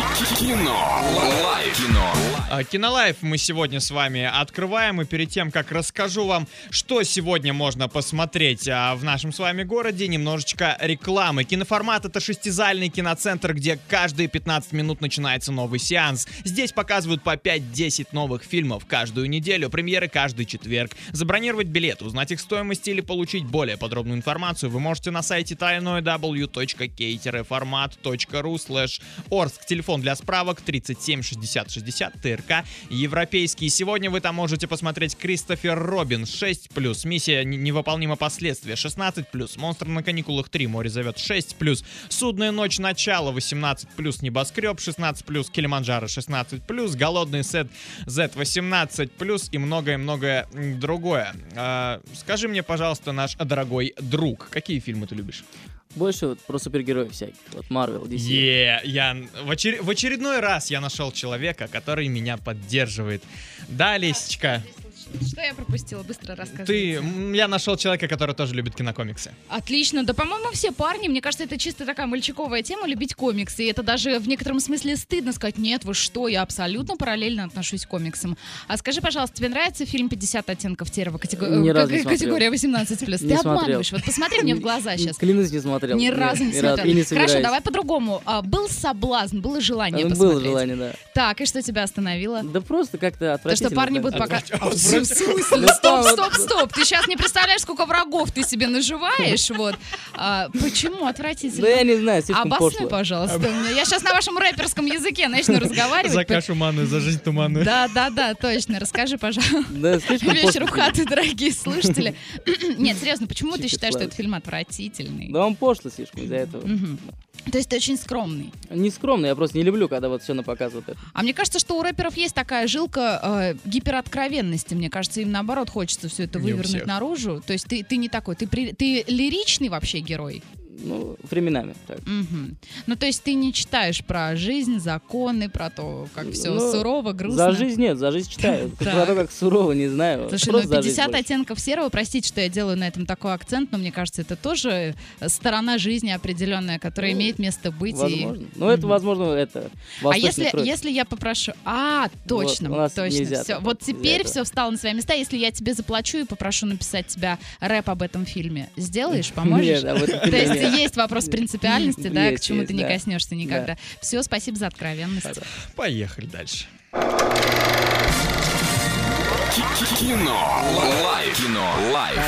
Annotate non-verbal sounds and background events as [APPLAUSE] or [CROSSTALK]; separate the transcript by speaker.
Speaker 1: Кино. Лайф. Кино.
Speaker 2: А, Кинолайф мы сегодня с вами открываем, и перед тем, как расскажу вам, что сегодня можно посмотреть а, в нашем с вами городе, немножечко рекламы. Киноформат — это шестизальный киноцентр, где каждые 15 минут начинается новый сеанс. Здесь показывают по 5-10 новых фильмов каждую неделю, премьеры каждый четверг. Забронировать билет, узнать их стоимость или получить более подробную информацию вы можете на сайте www.k-format.ru Орск. Телефон для справок 37 60 60 ТРК Европейский. Сегодня вы там можете посмотреть Кристофер Робин 6 плюс. Миссия «Не- невыполнима последствия 16 плюс. Монстр на каникулах 3. Море зовет 6 плюс. Судная ночь начало 18 плюс. Небоскреб 16 плюс. Килиманджаро 16 плюс. Голодный сет Z 18 плюс и многое-многое м, другое. А, скажи мне, пожалуйста, наш дорогой друг, какие фильмы ты любишь?
Speaker 3: Больше вот про супергероев всяких. Вот Марвел, DC.
Speaker 2: Е, я в, очер- в очередной раз я нашел человека, который меня поддерживает. Да, Лесечка,
Speaker 4: Что я пропустила? Быстро рассказывай.
Speaker 2: ты, м, я нашел человека, который тоже любит кинокомиксы.
Speaker 4: Отлично. Да, по-моему, все парни, мне кажется, это чисто такая мальчиковая тема, любить комиксы. И это даже в некотором смысле стыдно сказать, нет, вы что, я абсолютно параллельно отношусь к комиксам. А скажи, пожалуйста, тебе нравится фильм «50 оттенков серого» катего-
Speaker 3: Ни
Speaker 4: э,
Speaker 3: разу
Speaker 4: катего-
Speaker 3: не смотрел.
Speaker 4: категория 18+.
Speaker 3: Не
Speaker 4: Ты
Speaker 3: смотрел.
Speaker 4: обманываешь. Вот посмотри мне в глаза сейчас.
Speaker 3: Клянусь, не смотрел.
Speaker 4: Ни
Speaker 3: Нет,
Speaker 4: разу не смотрел.
Speaker 3: И не
Speaker 4: Хорошо,
Speaker 3: собираюсь.
Speaker 4: давай по-другому. А, был соблазн, было желание
Speaker 3: Ну,
Speaker 4: посмотреть.
Speaker 3: Было желание, да.
Speaker 4: Так, и что тебя остановило?
Speaker 3: Да просто как-то
Speaker 4: То,
Speaker 3: отвратительно.
Speaker 4: что парни будут
Speaker 3: знаешь.
Speaker 4: пока...
Speaker 2: Отвратительно.
Speaker 4: В смысле?
Speaker 3: Ну,
Speaker 4: Стоп,
Speaker 3: там вот-
Speaker 4: стоп, стоп. Ты сейчас не представляешь, сколько врагов ты себе наживаешь. Вот. А, Почему
Speaker 3: Да я
Speaker 4: отвратительно?
Speaker 3: не знаю, слишком
Speaker 4: Обоснуй,
Speaker 3: пошло.
Speaker 4: пожалуйста. мне. Я сейчас на вашем рэперском языке начну
Speaker 2: За
Speaker 4: разговаривать.
Speaker 2: кашу манную, за жизнь туманную.
Speaker 4: Да, да, да, точно. Расскажи, пожалуйста.
Speaker 3: Да, слишком
Speaker 4: Вечер
Speaker 3: пошло.
Speaker 4: в хату,
Speaker 3: [COUGHS]
Speaker 4: дорогие слушатели. Нет, серьезно, почему ты считаешь, что
Speaker 3: Чехословакия.
Speaker 4: этот фильм отвратительный?
Speaker 3: Да он пошло слишком из-за этого.
Speaker 4: Мгм. То есть ты очень скромный.
Speaker 3: Не скромно, я просто не люблю, когда вот все на показ вот это.
Speaker 4: А мне кажется, что у рэперов есть такая жилка э, гипероткровенности. Мне кажется, им наоборот хочется все это
Speaker 2: Не у
Speaker 4: вывернуть
Speaker 2: всех.
Speaker 4: наружу. То есть ты, ты не такой, ты, при- ты лиричный вообще герой.
Speaker 3: Ну, временами так.
Speaker 4: Мгм. Ну, то есть ты не читаешь про жизнь, законы, про то, как все
Speaker 3: Ну,
Speaker 4: сурово,
Speaker 3: За
Speaker 4: грустно.
Speaker 3: жизнь нет, за жизнь
Speaker 4: [LAUGHS]
Speaker 3: читаю.
Speaker 4: Так.
Speaker 3: Про то, как сурово, не знаю.
Speaker 4: Слушай, ну
Speaker 3: Просто за
Speaker 4: 50
Speaker 3: жизнь больше.
Speaker 4: оттенков серого, простите, что я делаю на этом такой акцент, но мне кажется, это тоже э, сторона жизни определенная, которая
Speaker 3: Ну,
Speaker 4: имеет место быть. и-
Speaker 3: Возможно. Ну, это,
Speaker 4: Мгм.
Speaker 3: возможно, это...
Speaker 4: А если,
Speaker 3: восточный кровь.
Speaker 4: если я попрошу... А, точно,
Speaker 3: Вот, у нас
Speaker 4: точно.
Speaker 3: нельзя
Speaker 4: всё.
Speaker 3: так,
Speaker 4: Вот
Speaker 3: нельзя
Speaker 4: теперь
Speaker 3: этого.
Speaker 4: все встало на свои места. Если я тебе заплачу и попрошу написать тебя рэп об этом фильме,
Speaker 3: [LAUGHS]
Speaker 4: сделаешь, поможешь?
Speaker 3: Нет, а об этом
Speaker 4: То есть
Speaker 3: нет.
Speaker 4: есть вопрос принципиальности, да, к
Speaker 3: Есть,
Speaker 4: чему
Speaker 3: есть,
Speaker 4: ты не
Speaker 3: да.
Speaker 4: коснешься никогда. Все, спасибо за откровенность.
Speaker 2: Поехали дальше.
Speaker 1: Кино. Лайф. Кино. Лайф.